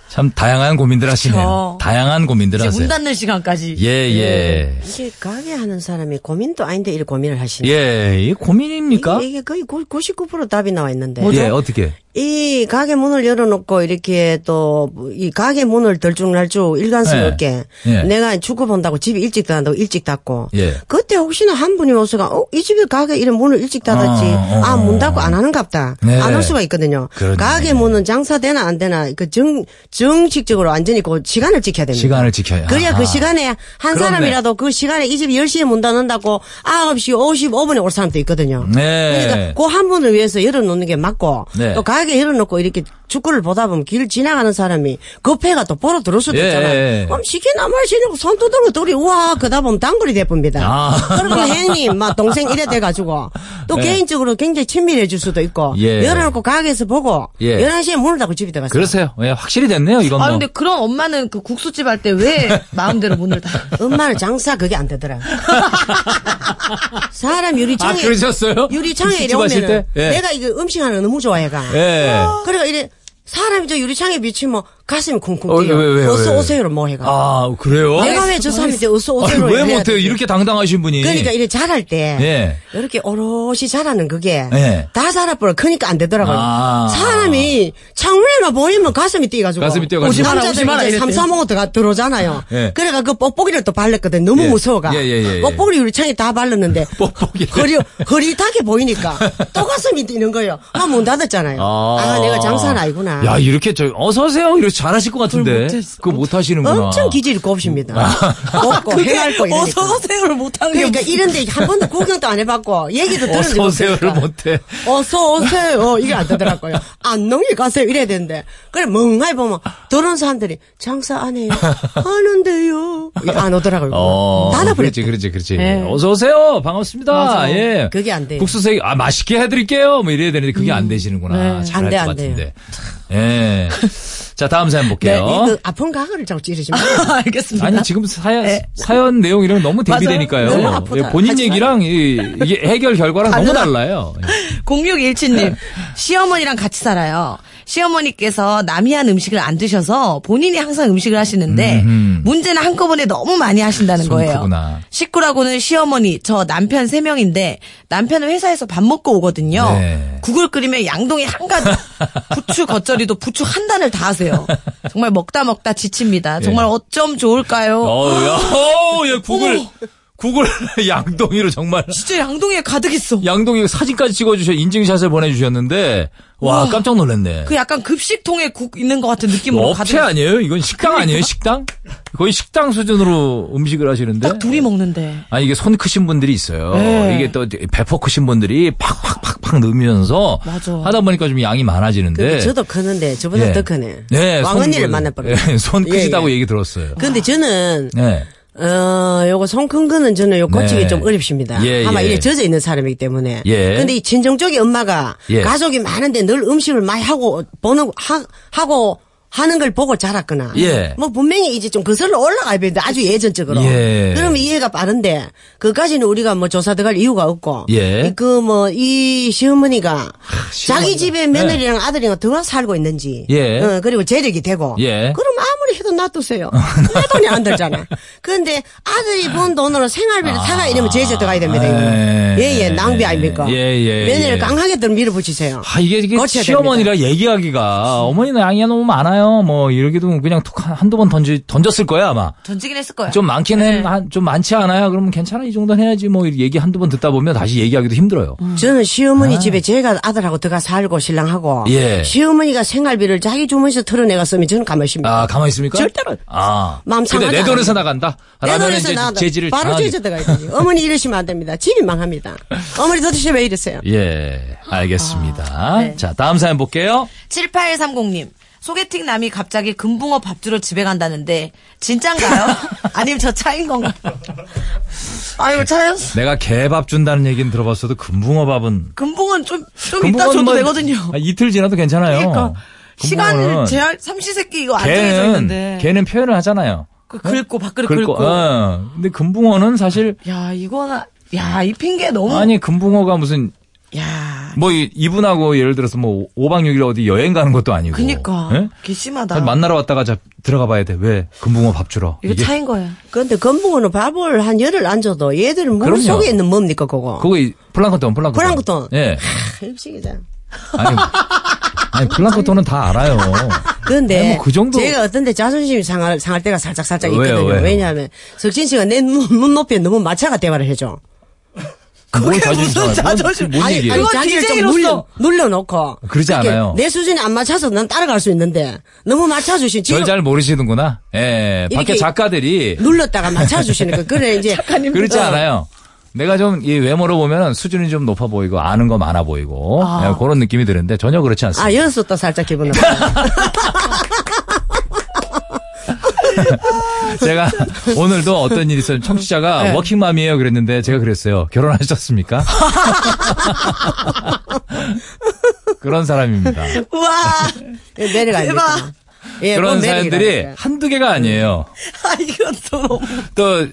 Speaker 2: 참 다양한 고민들 하시네요.
Speaker 3: 그쵸.
Speaker 2: 다양한 고민들
Speaker 3: 이제
Speaker 2: 하세요.
Speaker 3: 문 닫는 시간까지.
Speaker 2: 예, 예.
Speaker 4: 이게 가게 하는 사람이 고민도 아닌데 이렇게 고민을 하시네.
Speaker 2: 예, 이게 고민입니까?
Speaker 4: 이게, 이게 거의 99% 답이 나와 있는데.
Speaker 2: 예, 어떻게?
Speaker 4: 이 가게 문을 열어놓고 이렇게 또 이 가게 문을 들쭉날쭉 일관스럽게
Speaker 2: 예. 예.
Speaker 4: 내가 축구 본다고 집에 일찍 닫는다고 일찍 닫고
Speaker 2: 예.
Speaker 4: 그때 혹시나 한 분이 오서가 어 이 집에 가게 이런 문을 일찍 닫았지
Speaker 2: 어, 어,
Speaker 4: 아
Speaker 2: 어.
Speaker 4: 문 닫고 안 하는갑다
Speaker 2: 네.
Speaker 4: 안 올 수가 있거든요
Speaker 2: 그러네.
Speaker 4: 가게 문은 장사되나 안 되나 그 정 정식적으로 완전히 그 시간을 지켜야 됩니다
Speaker 2: 시간을 지켜야.
Speaker 4: 그래야
Speaker 2: 아하.
Speaker 4: 그 시간에 한
Speaker 2: 그렇네.
Speaker 4: 사람이라도 그 시간에 이 집 10시에 문 닫는다고 9시 55분에 올 사람도 있거든요
Speaker 2: 네.
Speaker 4: 그러니까 그 한 분을 위해서 열어놓는 게 맞고
Speaker 2: 네.
Speaker 4: 또 가게 열어놓고 이렇게 축구를 보다 보면 길 지나가는 사람이 급해가 또 보러 들어올 수도
Speaker 2: 예,
Speaker 4: 있잖아.
Speaker 2: 예, 예.
Speaker 4: 그럼 시키나 말시냐고 손 두드리고 둘이 우와 그다 보면 단거리 대쁩니다.
Speaker 2: 아.
Speaker 4: 그러면 형님 막 동생 이래 돼가지고 또
Speaker 2: 예.
Speaker 4: 개인적으로 굉장히 친밀해질 수도 있고
Speaker 2: 예.
Speaker 4: 열어놓고 가게에서 보고
Speaker 2: 예.
Speaker 4: 11시에 문을 닫고 집에 들어갔어요.
Speaker 2: 그러세요. 예, 확실히 됐네요, 이건
Speaker 3: 아,
Speaker 2: 뭐.
Speaker 3: 근데 그런 엄마는 그 국수집 할 때 왜 마음대로 문을 닫아?
Speaker 4: 엄마는 장사 그게 안 되더라. 사람
Speaker 2: 아,
Speaker 4: 유리창에
Speaker 2: 그러셨어요?
Speaker 4: 유리창에 이래
Speaker 2: 식집 하실
Speaker 4: 오면은
Speaker 2: 때? 예.
Speaker 4: 내가 이거 음식하는 거 너무 좋아해가.
Speaker 2: 예.
Speaker 4: 그러니까 이래 사람이 저 유리창에 비치면 뭐 가슴이
Speaker 2: 어,
Speaker 4: 쿵쿵 뛰어.
Speaker 2: 왜, 왜, 왜,
Speaker 4: 어서
Speaker 2: 왜?
Speaker 4: 오세요를 뭐 해가.
Speaker 2: 아, 그래요?
Speaker 4: 내가 왜 저 사람한테 어서
Speaker 2: 아니,
Speaker 4: 오세요를
Speaker 2: 왜
Speaker 4: 해야
Speaker 2: 못해요?
Speaker 4: 되지?
Speaker 2: 이렇게 당당하신 분이.
Speaker 4: 그러니까 이래 잘할 때
Speaker 2: 예.
Speaker 4: 이렇게 오롯이 잘하는 그게
Speaker 2: 예.
Speaker 4: 다 잘할뿐 그러니까 안 되더라고요.
Speaker 2: 아.
Speaker 4: 사람이 창문에만 보이면 가슴이 뛰어가지고
Speaker 2: 가슴이 뛰어가지고.
Speaker 4: 오지 마라,
Speaker 3: 오지 마라
Speaker 4: 남자들 이제
Speaker 3: 이랬대요.
Speaker 4: 삼삼오오 들어가- 들어오잖아요.
Speaker 2: 예.
Speaker 4: 그래가 그 뻑뻑이를 또 발랐거든. 너무
Speaker 2: 예.
Speaker 4: 무서워가.
Speaker 2: 예, 예, 예, 예.
Speaker 4: 뻑뻑이 우리 창에 다 발랐는데
Speaker 2: 뻑뻑이를.
Speaker 4: 허리 허리타게 보이니까 또
Speaker 2: 아.
Speaker 4: 가슴이 뛰는 거예요. 아 문 닫았잖아요. 아, 내가 장사는 아니구나.
Speaker 2: 야, 이렇게 저, 어서오세요. 이렇게 잘하실 것 같은데.
Speaker 4: 못했어.
Speaker 2: 그거 못 하시는구나.
Speaker 4: 엄청 기질 곱십니다.
Speaker 2: 아.
Speaker 4: 없고 해갈 거 이러니까.
Speaker 3: 어서 오세요를 못하는 게
Speaker 4: 그러니까 이런데 한 번도 구경도 안 해봤고 얘기도 그러니까. 들은 적
Speaker 2: 어서 오세요를
Speaker 4: 없으니까.
Speaker 2: 못해.
Speaker 4: 어서 오세요. 이게 안 되더라고요. 안농에 가세요. 이래야 되는데. 그래, 멍하게 보면, 들어온 사람들이, 장사 안 해요. 하는데요. 이게 안 오더라고요.
Speaker 2: 어,
Speaker 4: 다
Speaker 2: 그렇지,
Speaker 4: 나버렸지.
Speaker 2: 그렇지, 그렇지.
Speaker 4: 예.
Speaker 2: 어서 오세요. 반갑습니다.
Speaker 4: 맞아.
Speaker 2: 예.
Speaker 4: 그게 안 돼요. 음.
Speaker 2: 국수색 아 맛있게 해드릴게요. 뭐 이래야 되는데 그게 안 되시는구나. 잘할
Speaker 4: 네. 안 돼,
Speaker 2: 것
Speaker 4: 안 돼요.
Speaker 2: 같은데. 예. 자 다음 사연
Speaker 4: 네,
Speaker 2: 볼게요.
Speaker 4: 이거 아픈 가거를 자꾸 찌르지 마.
Speaker 3: 알겠습니다.
Speaker 2: 아니 지금 사연 사연 내용이랑 너무 대비되니까요.
Speaker 4: 네. 너무 아프다.
Speaker 2: 예, 본인
Speaker 4: 하지 마요.
Speaker 2: 얘기랑 이, 이게 해결 결과랑 너무 달라요. 예. 네.
Speaker 3: 0617님, 시어머니랑 같이 살아요. 시어머니께서 남이 한 음식을 안 드셔서 본인이 항상 음식을 하시는데
Speaker 2: 음흠. 아,
Speaker 3: 문제는 한꺼번에 너무 많이 하신다는
Speaker 2: 손
Speaker 3: 거예요.
Speaker 2: 크구나.
Speaker 3: 식구라고는 시어머니, 저 남편 3명인데 남편은 회사에서 밥 먹고 오거든요.
Speaker 2: 네.
Speaker 3: 국을 끓이면 양동이 한가득 부추 겉절이도 부추 한 단을 다 하세요. 정말 먹다 먹다 지칩니다. 정말
Speaker 2: 예.
Speaker 3: 어쩜 좋을까요?
Speaker 2: 어우야, 어우야 구글 구글 양동이로 정말
Speaker 3: 진짜 양동이에 가득 있어.
Speaker 2: 양동이 사진까지 찍어주셔 인증샷을 보내주셨는데 와 깜짝 놀랐네.
Speaker 3: 그 약간 급식통에 국 있는 것 같은
Speaker 4: 뭐
Speaker 3: 느낌으로
Speaker 2: 뭐 업체
Speaker 3: 가득
Speaker 2: 아니에요? 이건 식당
Speaker 4: 그러니까.
Speaker 2: 아니에요? 식당? 거의 식당 수준으로 음식을 하시는데.
Speaker 4: 아,
Speaker 3: 딱 둘이 먹는데.
Speaker 2: 아니 이게 손 크신 분들이 있어요.
Speaker 3: 네.
Speaker 2: 이게 또 배포 크신 분들이 팍팍팍팍 넣으면서
Speaker 3: 맞아.
Speaker 2: 하다 보니까 좀 양이 많아지는데.
Speaker 4: 저도 크는데, 저보다
Speaker 2: 예.
Speaker 4: 더 크네.
Speaker 2: 네, 손
Speaker 4: 왕언니를
Speaker 2: 크-
Speaker 4: 만나버렸어요.
Speaker 2: 예, 손
Speaker 4: 예,
Speaker 2: 크시다고
Speaker 4: 예.
Speaker 2: 얘기 들었어요.
Speaker 4: 근데 저는,
Speaker 2: 네.
Speaker 4: 어, 요거 손 큰 거는 저는 요 고치기
Speaker 2: 네.
Speaker 4: 좀 어렵습니다.
Speaker 2: 예,
Speaker 4: 아마
Speaker 2: 예.
Speaker 4: 이래 젖어 있는 사람이기 때문에.
Speaker 2: 예.
Speaker 4: 근데 이 친정 쪽의 엄마가
Speaker 2: 예.
Speaker 4: 가족이 많은데 늘 음식을 많이 하고 보는 하, 하고 하는 걸 보고 자랐거나.
Speaker 2: 예.
Speaker 4: 뭐 분명히 이제 좀 그슬로 올라가야 되는데 아주 예전적으로.
Speaker 2: 예.
Speaker 4: 그러면 이해가 빠른데 그까지는 우리가 뭐 조사 들어갈 이유가 없고.
Speaker 2: 예.
Speaker 4: 그 뭐 이 시어머니가
Speaker 2: 시어머니가. 네.
Speaker 4: 자기 집에 며느리랑 아들이랑 들어와 살고 있는지.
Speaker 2: 예.
Speaker 4: 어, 그리고 재력이 되고.
Speaker 2: 예.
Speaker 4: 그럼 아무리 해도 놔두세요. 내 돈이 안 들잖아. 그런데 아들이 번 돈으로 생활비를
Speaker 2: 아.
Speaker 4: 사가 이러면 제재 들어가야 됩니다.
Speaker 2: 예.
Speaker 4: 예예 낭비 아닙니까?
Speaker 2: 예, 예,
Speaker 4: 며느리를
Speaker 2: 예.
Speaker 4: 강하게 들 밀어붙이세요.
Speaker 2: 아 이게 이게
Speaker 4: 거쳐야
Speaker 2: 시어머니라 얘기하기가 어머니 나 양이 너무 많아요. 뭐 이러기도 그냥 툭 한- 한두 번 던지 던졌을 거야 아마.
Speaker 3: 던지긴 했을 거야.
Speaker 2: 좀 많긴
Speaker 4: 네.
Speaker 2: 해, 한- 좀 많지 않아요. 그러면 괜찮아 이 정도는 해야지 뭐 이렇게 얘기 한두 번 듣다 보면 다시 얘기하기도 힘들어요.
Speaker 4: 저는 시어머니 집에 제가 아들하고 들어가 살고 신랑하고
Speaker 2: 아. 예.
Speaker 4: 시어머니가 생활비를 자기 주머니에서 털어내가 쓰면 저는 가만히 있습니다.
Speaker 2: 아 가만 히 있습니까?
Speaker 4: 절대로.
Speaker 2: 아
Speaker 4: 마음
Speaker 2: 근데 내
Speaker 4: 상하지
Speaker 2: 돈에서
Speaker 4: 않아요.
Speaker 2: 나간다.
Speaker 4: 내
Speaker 2: 라면은
Speaker 4: 돈에서
Speaker 2: 이제
Speaker 4: 나가다
Speaker 2: 제지를
Speaker 4: 바로
Speaker 2: 강하게.
Speaker 4: 제재 들어가야 되지. 어머니 이러시면 안 됩니다. 집이 망합니다. 어머니 도대체 왜 이러세요?
Speaker 2: 예, 알겠습니다.
Speaker 3: 아, 네.
Speaker 2: 자 다음 사연 볼게요.
Speaker 3: 7830님. 소개팅 남이 갑자기 금붕어 밥 주러 집에 간다는데 진짠가요? 아니면 저 차인 건가? 아이고 차였어.
Speaker 2: 내가 개밥 준다는 얘기는 들어봤어도 금붕어 밥은
Speaker 3: 금붕어는 좀좀
Speaker 2: 금붕어는
Speaker 3: 이따 줘도
Speaker 2: 뭐
Speaker 3: 되거든요.
Speaker 2: 아, 이틀 지나도 괜찮아요.
Speaker 3: 그러니까 시간을
Speaker 2: 금붕어는
Speaker 3: 제한 삼시세끼 이거 안 정해져
Speaker 2: 걔는
Speaker 3: 있는데
Speaker 2: 걔는 표현을 하잖아요.
Speaker 3: 그 긁고 밖으로
Speaker 2: 긁고,
Speaker 3: 긁고.
Speaker 2: 어. 근데 금붕어는 사실
Speaker 3: 야 이거나 야 이 핑계 너무
Speaker 2: 아니 금붕어가 무슨
Speaker 3: 야
Speaker 2: 뭐 이- 이분하고 예를 들어서 뭐 5박 6일 어디 여행 가는 것도 아니고.
Speaker 3: 그니까
Speaker 2: 예?
Speaker 3: 괘씸하다.
Speaker 2: 사실 만나러 왔다가 자, 들어가 봐야 돼. 왜? 금붕어 밥 주러.
Speaker 3: 아. 이거
Speaker 2: 이게
Speaker 3: 차인 거야.
Speaker 4: 근데 건붕어는 밥을 한 열흘 안 줘도 얘들 물
Speaker 2: 그럼요.
Speaker 4: 속에 있는 뭡니까 그거?
Speaker 2: 그거 이- 플랑크톤, 플랑크톤.
Speaker 4: 플랑크톤.
Speaker 2: 예.
Speaker 4: 아, 입식이다.
Speaker 2: 아니, 아니 플랑크톤은 다 알아요. 아니,
Speaker 4: 근데
Speaker 2: 뭐그 정도-
Speaker 4: 제가 어떤 데 자존심이 상할, 상할 때가 살짝 살짝
Speaker 2: 왜요,
Speaker 4: 있거든요.
Speaker 2: 왜요?
Speaker 4: 냐하면 석진 씨가 내 눈, 눈높이에 너무 마차가 대화를 해줘.
Speaker 2: 뭘
Speaker 3: 그게
Speaker 2: 자존심
Speaker 3: 무슨
Speaker 2: 상하는 거야?
Speaker 3: 자존심?
Speaker 2: 뭔 얘기예요?
Speaker 3: 아니, 그건
Speaker 4: 자기를 좀
Speaker 3: DJ
Speaker 4: 눌려,
Speaker 3: 로서.
Speaker 4: 눌러놓고.
Speaker 2: 그러지
Speaker 4: 이렇게
Speaker 2: 않아요.
Speaker 4: 내 수준에 안 맞춰서 난 따라갈 수 있는데 너무 맞춰주신 지금
Speaker 2: 절 잘 모르시는구나. 예.
Speaker 4: 이렇게
Speaker 2: 밖에 작가들이
Speaker 4: 눌렀다가 맞춰주시는 거. 그래 이제
Speaker 2: 그렇지
Speaker 4: 어,
Speaker 2: 않아요. 내가 좀 이 외모로 보면 수준이 좀 높아 보이고 아는 거 많아 보이고 예, 그런 느낌이 드는데 전혀 그렇지 않습니다.
Speaker 4: 아, 여기서 또 살짝 기분 나빠.
Speaker 2: 제가 오늘도 어떤 일이 있었냐면 청취자가
Speaker 4: 네.
Speaker 2: 워킹맘이에요 그랬는데 제가 그랬어요. 결혼하셨습니까? 그런 사람입니다.
Speaker 4: 예,
Speaker 3: 우와 아,
Speaker 4: 내려가니까.
Speaker 3: 대박.
Speaker 4: 예,
Speaker 2: 그런
Speaker 4: 꼭 내리기라
Speaker 2: 사연들이
Speaker 4: 그러니까.
Speaker 2: 한두 개가 아니에요.
Speaker 3: 아 이건 또 너무
Speaker 2: 또,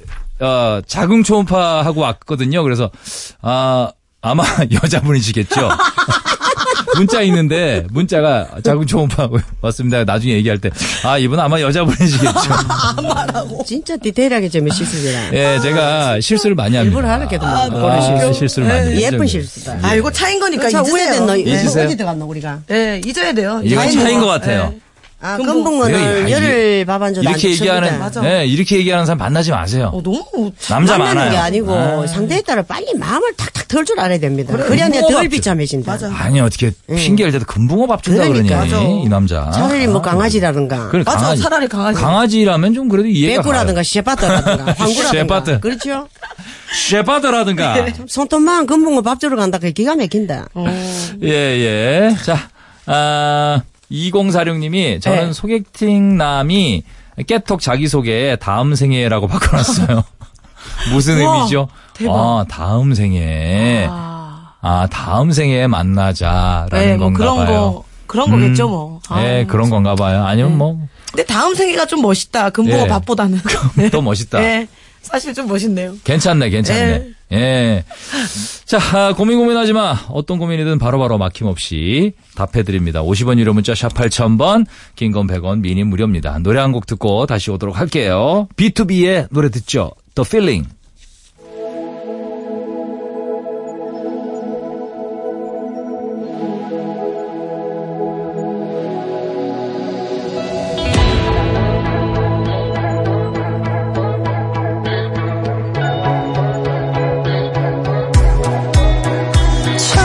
Speaker 2: 어, 자궁 초음파 하고 왔거든요. 그래서, 아, 아마 여자분이시겠죠. 문자 있는데, 문자가 자궁 초음파 하고 왔습니다. 나중에 얘기할 때, 아, 이분 아마 여자분이시겠죠.
Speaker 4: 진짜 디테일하게 좀 실수지라.
Speaker 2: 예, 제가 실수를 많이 합니다.
Speaker 4: 일부러 하는게도
Speaker 2: 아,
Speaker 4: 뭐 그런
Speaker 2: 실수.
Speaker 4: 실수.
Speaker 2: 실수를 많이 해요.
Speaker 4: 예쁜 실수다.
Speaker 3: 아 이거 차인 거니까
Speaker 4: 자,
Speaker 3: 잊으세요.
Speaker 4: 우회된 너,
Speaker 2: 잊으세요.
Speaker 4: 어디 들어갔노, 우리가?
Speaker 3: 예, 잊어야 돼요.
Speaker 2: 이건
Speaker 3: 차인
Speaker 2: 차인
Speaker 3: 거.
Speaker 2: 것 같아요.
Speaker 3: 예.
Speaker 4: 아,
Speaker 3: 금붕.
Speaker 2: 네, 아,
Speaker 4: 금붕어는
Speaker 2: 이-
Speaker 4: 열을 밥한 줄
Speaker 2: 이렇게 얘기하는
Speaker 3: 맞아.
Speaker 2: 네, 이렇게 얘기하는 사람 만나지 마세요.
Speaker 3: 어, 너무
Speaker 2: 남자 많아요.
Speaker 4: 만나는 게 아니고
Speaker 2: 아.
Speaker 4: 상대에 따라 빨리 마음을 탁탁 덜 줄 알아야 됩니다.
Speaker 3: 그래,
Speaker 4: 그래야 내가
Speaker 3: 금붕어가
Speaker 4: 덜 비참해진다.
Speaker 3: 맞아.
Speaker 2: 아니 어떻게 핑계를 대도 금붕어 밥 준다 그러니
Speaker 4: 그러니까. 맞아.
Speaker 2: 이 남자.
Speaker 4: 차라리 뭐 강아지라든가
Speaker 2: 그래,
Speaker 3: 맞아,
Speaker 2: 강아지.
Speaker 3: 차라리 강아지.
Speaker 2: 강아지라면 좀 그래도 이해가
Speaker 4: 배구라든가 셰파트라든가
Speaker 2: 셰파트.
Speaker 4: 황구라든가 그렇죠.
Speaker 2: 쉐바드라든가.
Speaker 4: 네. 손톱만 금붕어 밥 주러 간다. 그게 기가 막힌다.
Speaker 3: 어,
Speaker 2: 예, 예. 자, 아, 2046님이 저는
Speaker 4: 네.
Speaker 2: 소개팅 남이 깨톡 자기소개 다음 생애라고 바꿔놨어요. 무슨
Speaker 4: 우와,
Speaker 2: 의미죠?
Speaker 4: 대박.
Speaker 2: 아, 다음 생애. 아, 다음 생애에 만나자라는
Speaker 3: 네, 뭐
Speaker 2: 건가
Speaker 3: 그런
Speaker 2: 봐요.
Speaker 3: 거 그런 거겠죠 뭐. 아. 네.
Speaker 2: 예, 그런 건가 봐요. 아니면 뭐,
Speaker 3: 근데 다음 생애가 좀 멋있다. 금붕어
Speaker 2: 예.
Speaker 3: 밥보다는.
Speaker 2: 뭐, 또 멋있다.
Speaker 3: 네. 사실 좀 멋있네요.
Speaker 2: 괜찮네, 괜찮네. 예. 자, 아, 고민 고민하지 마. 어떤 고민이든 바로바로 막힘없이 답해드립니다. 50원 유료 문자 샵 8000번, 긴 건 100원, 미니 무료입니다. 노래 한 곡 듣고 다시 오도록 할게요. B2B의 노래 듣죠. The Feeling.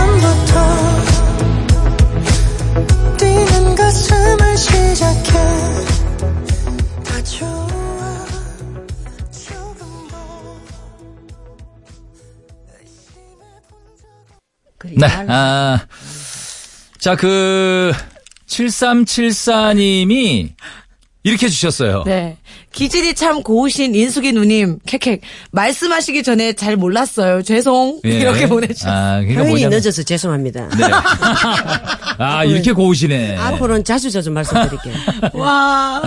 Speaker 7: 처음부터 뛰는 가슴을 시작해 다 좋아 조금 더
Speaker 2: 네. 아, 자, 그, 7374님이 이렇게 주셨어요.
Speaker 3: 네. 기질이 참 고우신 인숙이 누님, 캑캑. 말씀하시기 전에 잘 몰랐어요. 죄송.
Speaker 2: 예.
Speaker 3: 이렇게 보내주셨어요.
Speaker 2: 아, 그러니까
Speaker 4: 표현이
Speaker 2: 뭐냐면-
Speaker 4: 늦어서 죄송합니다.
Speaker 2: 아, 이렇게 고우시네.
Speaker 4: 앞으로는 자주 자주 말씀드릴게요.
Speaker 3: 와.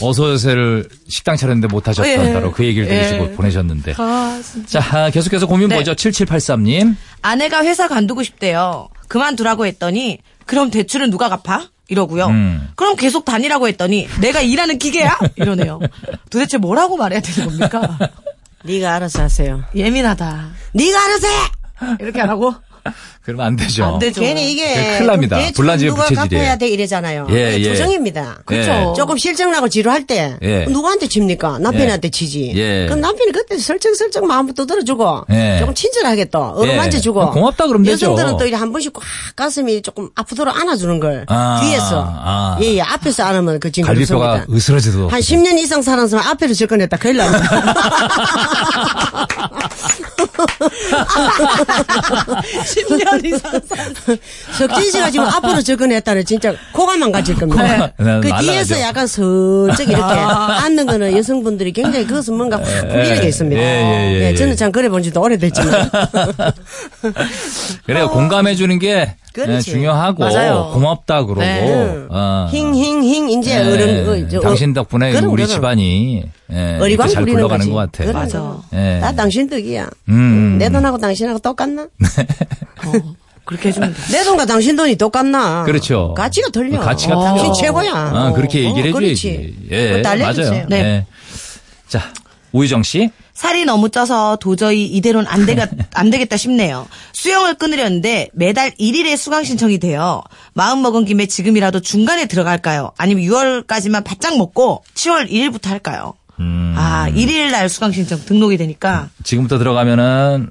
Speaker 2: 어서세를 식당 차렸는데 못하셨던
Speaker 4: 어,
Speaker 3: 예.
Speaker 2: 바로 그 얘기를
Speaker 3: 예.
Speaker 2: 들으시고 보내셨는데.
Speaker 3: 아, 진짜.
Speaker 2: 자, 아, 계속해서 고민
Speaker 3: 네.
Speaker 2: 보죠. 7783님.
Speaker 3: 아내가 회사 간두고 싶대요. 그만두라고 했더니, 그럼 대출은 누가 갚아? 이러고요.
Speaker 2: 음.
Speaker 3: 그럼 계속 다니라고 했더니, 내가 일하는 기계야? 이러네요. 도대체 뭐라고 말해야 되는 겁니까?
Speaker 4: 네가 알아서 하세요.
Speaker 3: 예민하다.
Speaker 4: 네가 알아서 해.
Speaker 3: 이렇게 하라고?
Speaker 2: 그러면 안 되죠.
Speaker 3: 안 되죠.
Speaker 4: 괜히
Speaker 2: 그게
Speaker 4: 이게
Speaker 2: 네, 큰일 납니다.
Speaker 4: 대충
Speaker 2: 불난지에
Speaker 4: 누가
Speaker 2: 부채질이에요.
Speaker 4: 갚아야 돼 이래잖아요.
Speaker 2: 예,
Speaker 4: 이게
Speaker 2: 예.
Speaker 4: 조정입니다.
Speaker 2: 그쵸. 예.
Speaker 4: 조금 실증나고 지루할 때
Speaker 2: 예.
Speaker 4: 누구한테 칩니까? 남편한테 지지.
Speaker 2: 예.
Speaker 4: 그럼 남편이 그때 설정설정 마음 두드려주고
Speaker 2: 예.
Speaker 4: 조금 친절하게 또
Speaker 2: 예.
Speaker 4: 어루만져주고
Speaker 2: 아, 고맙다 그러면 되죠.
Speaker 4: 여성들은 또 이렇게 한 번씩 꽉 가슴이 조금 아프도록 안아주는 걸
Speaker 2: 아,
Speaker 4: 뒤에서
Speaker 2: 아.
Speaker 4: 예, 예. 앞에서 안으면 그 지금
Speaker 2: 갈비뼈가
Speaker 4: 그렇습니다. 아,
Speaker 2: 으스러지도록.
Speaker 4: 한 10년 이상 사는 사람 앞에로 접근했다 큰일 납니다. 석진 씨가 지금 앞으로 접근했다는 진짜 코가 망가질 겁니다.
Speaker 2: 코가- 네,
Speaker 4: 그
Speaker 2: 말라가죠.
Speaker 4: 뒤에서 약간 슬쩍 이렇게 앉는 거는 여성분들이 굉장히 그것은 뭔가 불리하게 있습니다.
Speaker 2: 네, 예, 예, 예,
Speaker 4: 네,
Speaker 2: 예.
Speaker 4: 저는 참 그래 본 지도 오래됐지만.
Speaker 2: 그래요. 공감해 주는 게 네,
Speaker 4: 그렇지.
Speaker 2: 중요하고
Speaker 4: 어. 맞아요.
Speaker 2: 고맙다 그러고.
Speaker 4: 네.
Speaker 2: 어.
Speaker 4: 힝힝힝 이제
Speaker 2: 예.
Speaker 4: 어른 어, 저, 어,
Speaker 2: 당신 덕분에
Speaker 4: 그런
Speaker 2: 우리
Speaker 4: 거는
Speaker 2: 집안이 예, 이렇게
Speaker 4: 어리광
Speaker 2: 잘
Speaker 4: 부리는
Speaker 2: 굴러가는
Speaker 4: 거지.
Speaker 2: 것 같아.
Speaker 4: 그런
Speaker 3: 맞아.
Speaker 4: 거.
Speaker 2: 예.
Speaker 4: 다 당신 덕이야.
Speaker 2: 음.
Speaker 4: 내 돈하고 당신하고 똑같나?
Speaker 3: 그렇게 해주면 돼.
Speaker 4: 내 돈과 당신 돈이 똑같나?
Speaker 2: 그렇죠.
Speaker 4: 가치가 틀려.
Speaker 2: 가치가
Speaker 4: 어, 당신
Speaker 2: 틀려.
Speaker 4: 최고야.
Speaker 2: 아, 그렇게 얘기를
Speaker 4: 어,
Speaker 2: 해줘야지.
Speaker 4: 그렇지.
Speaker 2: 예,
Speaker 4: 그것도 알려주세요.
Speaker 2: 맞아요.
Speaker 3: 네.
Speaker 2: 예. 자, 우유정 씨.
Speaker 3: 살이 너무 쪄서 도저히 이대로는 안, 되가, 안 되겠다 싶네요. 수영을 끊으려는데 매달 1일에 수강 신청이 돼요. 마음먹은 김에 지금이라도 중간에 들어갈까요? 아니면 6월까지만 바짝 먹고 7월 1일부터 할까요? 아, 1일 날 수강 신청 등록이 되니까
Speaker 2: 지금부터 들어가면은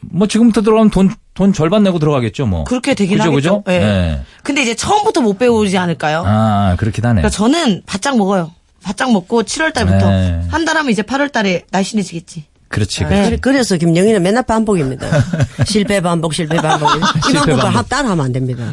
Speaker 2: 뭐 지금부터 들어가면 돈 돈 절반 내고 들어가겠죠 뭐.
Speaker 3: 그렇게 되긴
Speaker 2: 그죠,
Speaker 3: 하겠죠.
Speaker 2: 그죠?
Speaker 3: 예.
Speaker 2: 예.
Speaker 3: 근데 이제 처음부터 못 배우지 않을까요?
Speaker 2: 아 그렇긴 하네.
Speaker 3: 그러니까 저는 바짝 먹어요. 바짝 먹고 7월 달부터
Speaker 2: 네.
Speaker 3: 한 달 하면 이제 8월 달에 날씬해지겠지.
Speaker 2: 그렇지.
Speaker 3: 네.
Speaker 4: 그래- 그래서 김영희는 맨날 반복입니다. 실패 반복, 실패 반복. 이
Speaker 2: 실패
Speaker 4: 방법을
Speaker 2: 반복.
Speaker 4: 합- 따라하면 안 됩니다.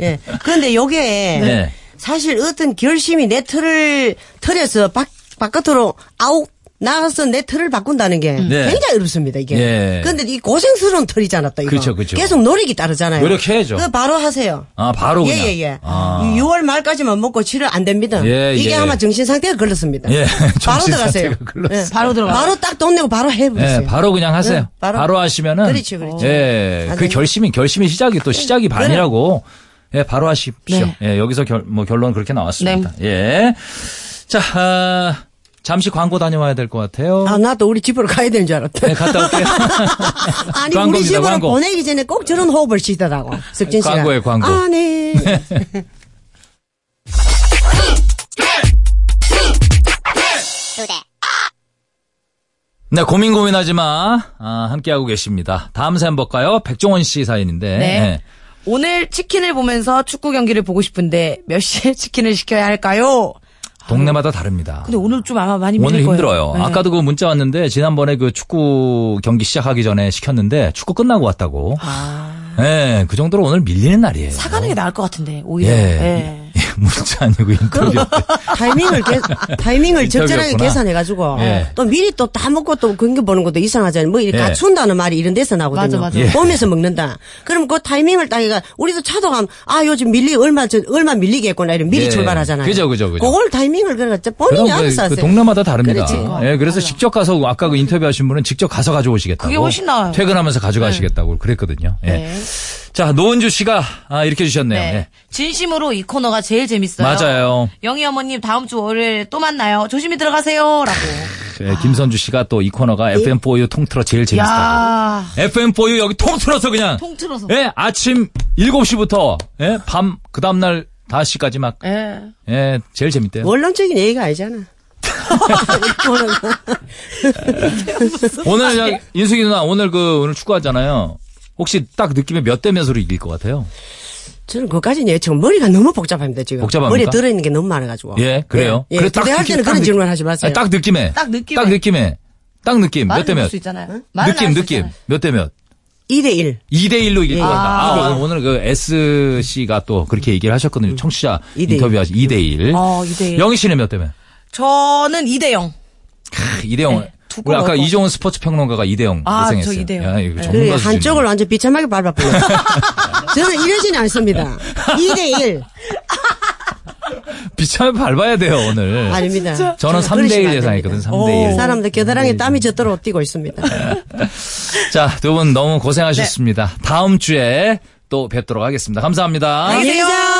Speaker 4: 예. 그런데 요게
Speaker 2: 네.
Speaker 4: 사실 어떤 결심이 내 틀을 틀에서 바, 바깥으로 아웃 나가서 내 틀을 바꾼다는 게
Speaker 2: 네.
Speaker 4: 굉장히 어렵습니다 이게.
Speaker 2: 예.
Speaker 4: 그런데 이 고생스러운 틀이잖아 또 이거.
Speaker 2: 그렇죠, 그쵸, 그쵸.
Speaker 4: 계속 노력이 따르잖아요.
Speaker 2: 노력해야죠.
Speaker 4: 그거 바로 하세요.
Speaker 2: 아, 바로 그냥.
Speaker 4: 예예예.
Speaker 2: 아.
Speaker 4: 6월 말까지만 먹고 치료 안 됩니다.
Speaker 2: 예,
Speaker 4: 이게
Speaker 2: 예.
Speaker 4: 아마 정신 상태가 걸렸습니다.
Speaker 2: 예,
Speaker 4: 바로
Speaker 2: 정신
Speaker 4: 들어가세요.
Speaker 2: 상태가 걸렸어요.
Speaker 4: 예,
Speaker 3: 바로 들어가요.
Speaker 4: 바로 딱 돈 내고 바로 해보세요.
Speaker 2: 예, 바로 그냥 하세요.
Speaker 4: 응,
Speaker 2: 바로,
Speaker 4: 바로.
Speaker 2: 하시면은
Speaker 4: 그렇죠, 그렇죠. 네.
Speaker 2: 예, 그
Speaker 4: 나중에.
Speaker 2: 결심이 결심이 시작이 또 시작이 반이라고. 예, 바로 하십시오.
Speaker 3: 네.
Speaker 2: 예, 여기서 결, 뭐 결론 그렇게 나왔습니다.
Speaker 4: 네.
Speaker 2: 예. 자, 아, 잠시 광고 다녀와야 될 것 같아요.
Speaker 4: 아, 나도 우리 집으로 가야 되는 줄 알았다.
Speaker 2: 네, 갔다 올게요.
Speaker 4: 아니,
Speaker 2: 광고입니다,
Speaker 4: 우리 집으로
Speaker 2: 광고.
Speaker 4: 보내기 전에 꼭 저런 호흡을 아, 치더라고. 석진 씨가.
Speaker 2: 광고예요, 광고.
Speaker 4: 아, 네.
Speaker 2: 네, 고민 고민하지 마. 아, 함께하고 계십니다. 다음 사연 볼까요? 백종원 씨 사연인데.
Speaker 3: 네.
Speaker 2: 네.
Speaker 3: 오늘 치킨을 보면서 축구 경기를 보고 싶은데 몇 시에 치킨을 시켜야 할까요?
Speaker 2: 동네마다 다릅니다.
Speaker 3: 근데 오늘 좀 아마 많이
Speaker 2: 오늘
Speaker 3: 밀릴 거예요.
Speaker 2: 힘들어요.
Speaker 3: 네.
Speaker 2: 아까도 그 문자 왔는데 지난번에 그 축구 경기 시작하기 전에 시켰는데 축구 끝나고 왔다고. 네, 그 정도로 오늘 밀리는 날이에요.
Speaker 3: 사가는 게 나을 것 같은데 오히려.
Speaker 2: 예.
Speaker 3: 예.
Speaker 2: 예, 문자 아니고 인터뷰.
Speaker 4: 타이밍을 계- 타이밍을 적절하게
Speaker 2: 인터뷰였구나.
Speaker 4: 계산해가지고
Speaker 2: 예.
Speaker 4: 또 미리 또 다 먹고 또 그런 보는 것도 이상하잖아요. 뭐 이렇게
Speaker 2: 예.
Speaker 4: 갖춘다는 말이 이런 데서 나거든요.
Speaker 3: 맞아, 맞아.
Speaker 2: 예.
Speaker 4: 보면서 먹는다. 그럼 그 타이밍을 따기가 우리도 차도 가면 아 요즘 밀리 얼마 전 얼마 밀리겠구나 이런 미리
Speaker 2: 예.
Speaker 4: 출발하잖아요.
Speaker 2: 그죠, 그죠, 그죠.
Speaker 4: 걸 타이밍을 그러니까
Speaker 2: 그럼
Speaker 4: 본인이
Speaker 2: 그-
Speaker 4: 알아서
Speaker 2: 그
Speaker 4: 하세요.
Speaker 2: 동네마다 다릅니다.
Speaker 4: 그렇지.
Speaker 2: 예, 그래서 직접 가서 아까 그 인터뷰하신 분은 직접 가서 가져오시겠다고.
Speaker 3: 그게 훨씬 나아요.
Speaker 2: 퇴근하면서 가져가시겠다고 그랬거든요. 예.
Speaker 3: 네.
Speaker 2: 자, 노은주 씨가 아, 이렇게 주셨네요.
Speaker 3: 네.
Speaker 2: 예.
Speaker 3: 진심으로 이 코너가 제일 재밌어요.
Speaker 2: 맞아요.
Speaker 3: 영희 어머님 다음 주 월요일 또 만나요. 조심히 들어가세요라고.
Speaker 2: 예, 김선주 씨가 또 이 코너가 FM4U 통틀어 제일 재밌다고.
Speaker 3: 야,
Speaker 2: FM4U 여기 통틀어서 그냥.
Speaker 3: 통틀어서.
Speaker 2: 예, 아침 7시부터 예, 밤 그 다음 날 5시까지 막
Speaker 3: 예.
Speaker 2: 예, 제일 재밌대요.
Speaker 4: 원론적인 얘기가 아니잖아.
Speaker 2: 오늘 저 인숙이 누나 오늘 그 오늘 축구하잖아요. 혹시 딱 느낌에 몇 대 몇으로 이길 것 같아요?
Speaker 4: 저는 그것까지는 예, 지금 머리가 너무 복잡합니다 지금.
Speaker 2: 복잡합니까?
Speaker 4: 머리에 들어있는 게 너무 많아가지고.
Speaker 2: 예, 그래요.
Speaker 4: 예,
Speaker 2: 그래,
Speaker 4: 예,
Speaker 3: 네,
Speaker 4: 대할
Speaker 2: 느낌,
Speaker 4: 때는
Speaker 2: 딱
Speaker 4: 그런
Speaker 2: 느-
Speaker 4: 질문 하지 마세요.
Speaker 2: 아니, 딱 느낌에.
Speaker 3: 딱 느낌에.
Speaker 2: 딱 느낌에. 딱 느낌. 몇
Speaker 3: 말을
Speaker 2: 대
Speaker 3: 해볼
Speaker 2: 몇?
Speaker 3: 수 있잖아요. 말을
Speaker 2: 느낌,
Speaker 3: 할수
Speaker 2: 느낌.
Speaker 3: 있잖아요.
Speaker 2: 몇 대 몇?
Speaker 4: 2대 1.
Speaker 2: 2대 1로 이길
Speaker 4: 예.
Speaker 2: 것 같다. 아,
Speaker 4: 아.
Speaker 2: 오늘 그 S 씨가 또 그렇게 얘기를 하셨거든요. 청취자
Speaker 4: 이대 일.
Speaker 2: 인터뷰하시 2대 1.
Speaker 3: 어, 이대 일.
Speaker 2: 영희 씨는 몇 대 몇?
Speaker 3: 저는 2대0.
Speaker 2: 2대 0.
Speaker 3: 네, 두골
Speaker 2: 아, 우리 아까
Speaker 3: 넣을 것
Speaker 2: 이종훈 스포츠 평론가가 2대 0
Speaker 3: 아,
Speaker 2: 예상했어요.
Speaker 3: 저 2대 0.
Speaker 2: 야, 이거
Speaker 3: 네.
Speaker 2: 전문가 수준이네.
Speaker 4: 한쪽을 완전 비참하게 밟아버려. 저는 이러지는 않습니다. 2대1.
Speaker 2: 비참을 밟아야 돼요, 오늘.
Speaker 4: 아닙니다.
Speaker 2: 저는
Speaker 4: 그러시면
Speaker 2: 3대 1
Speaker 4: 안
Speaker 2: 예상했거든,
Speaker 4: 됩니다.
Speaker 2: 3대 1.
Speaker 4: 사람들 겨드랑이 땀이 젖도록 뛰고 있습니다.
Speaker 2: 자, 두 분 너무 고생하셨습니다. 다음 주에 또 뵙도록 하겠습니다. 감사합니다.
Speaker 3: 안녕히 계세요.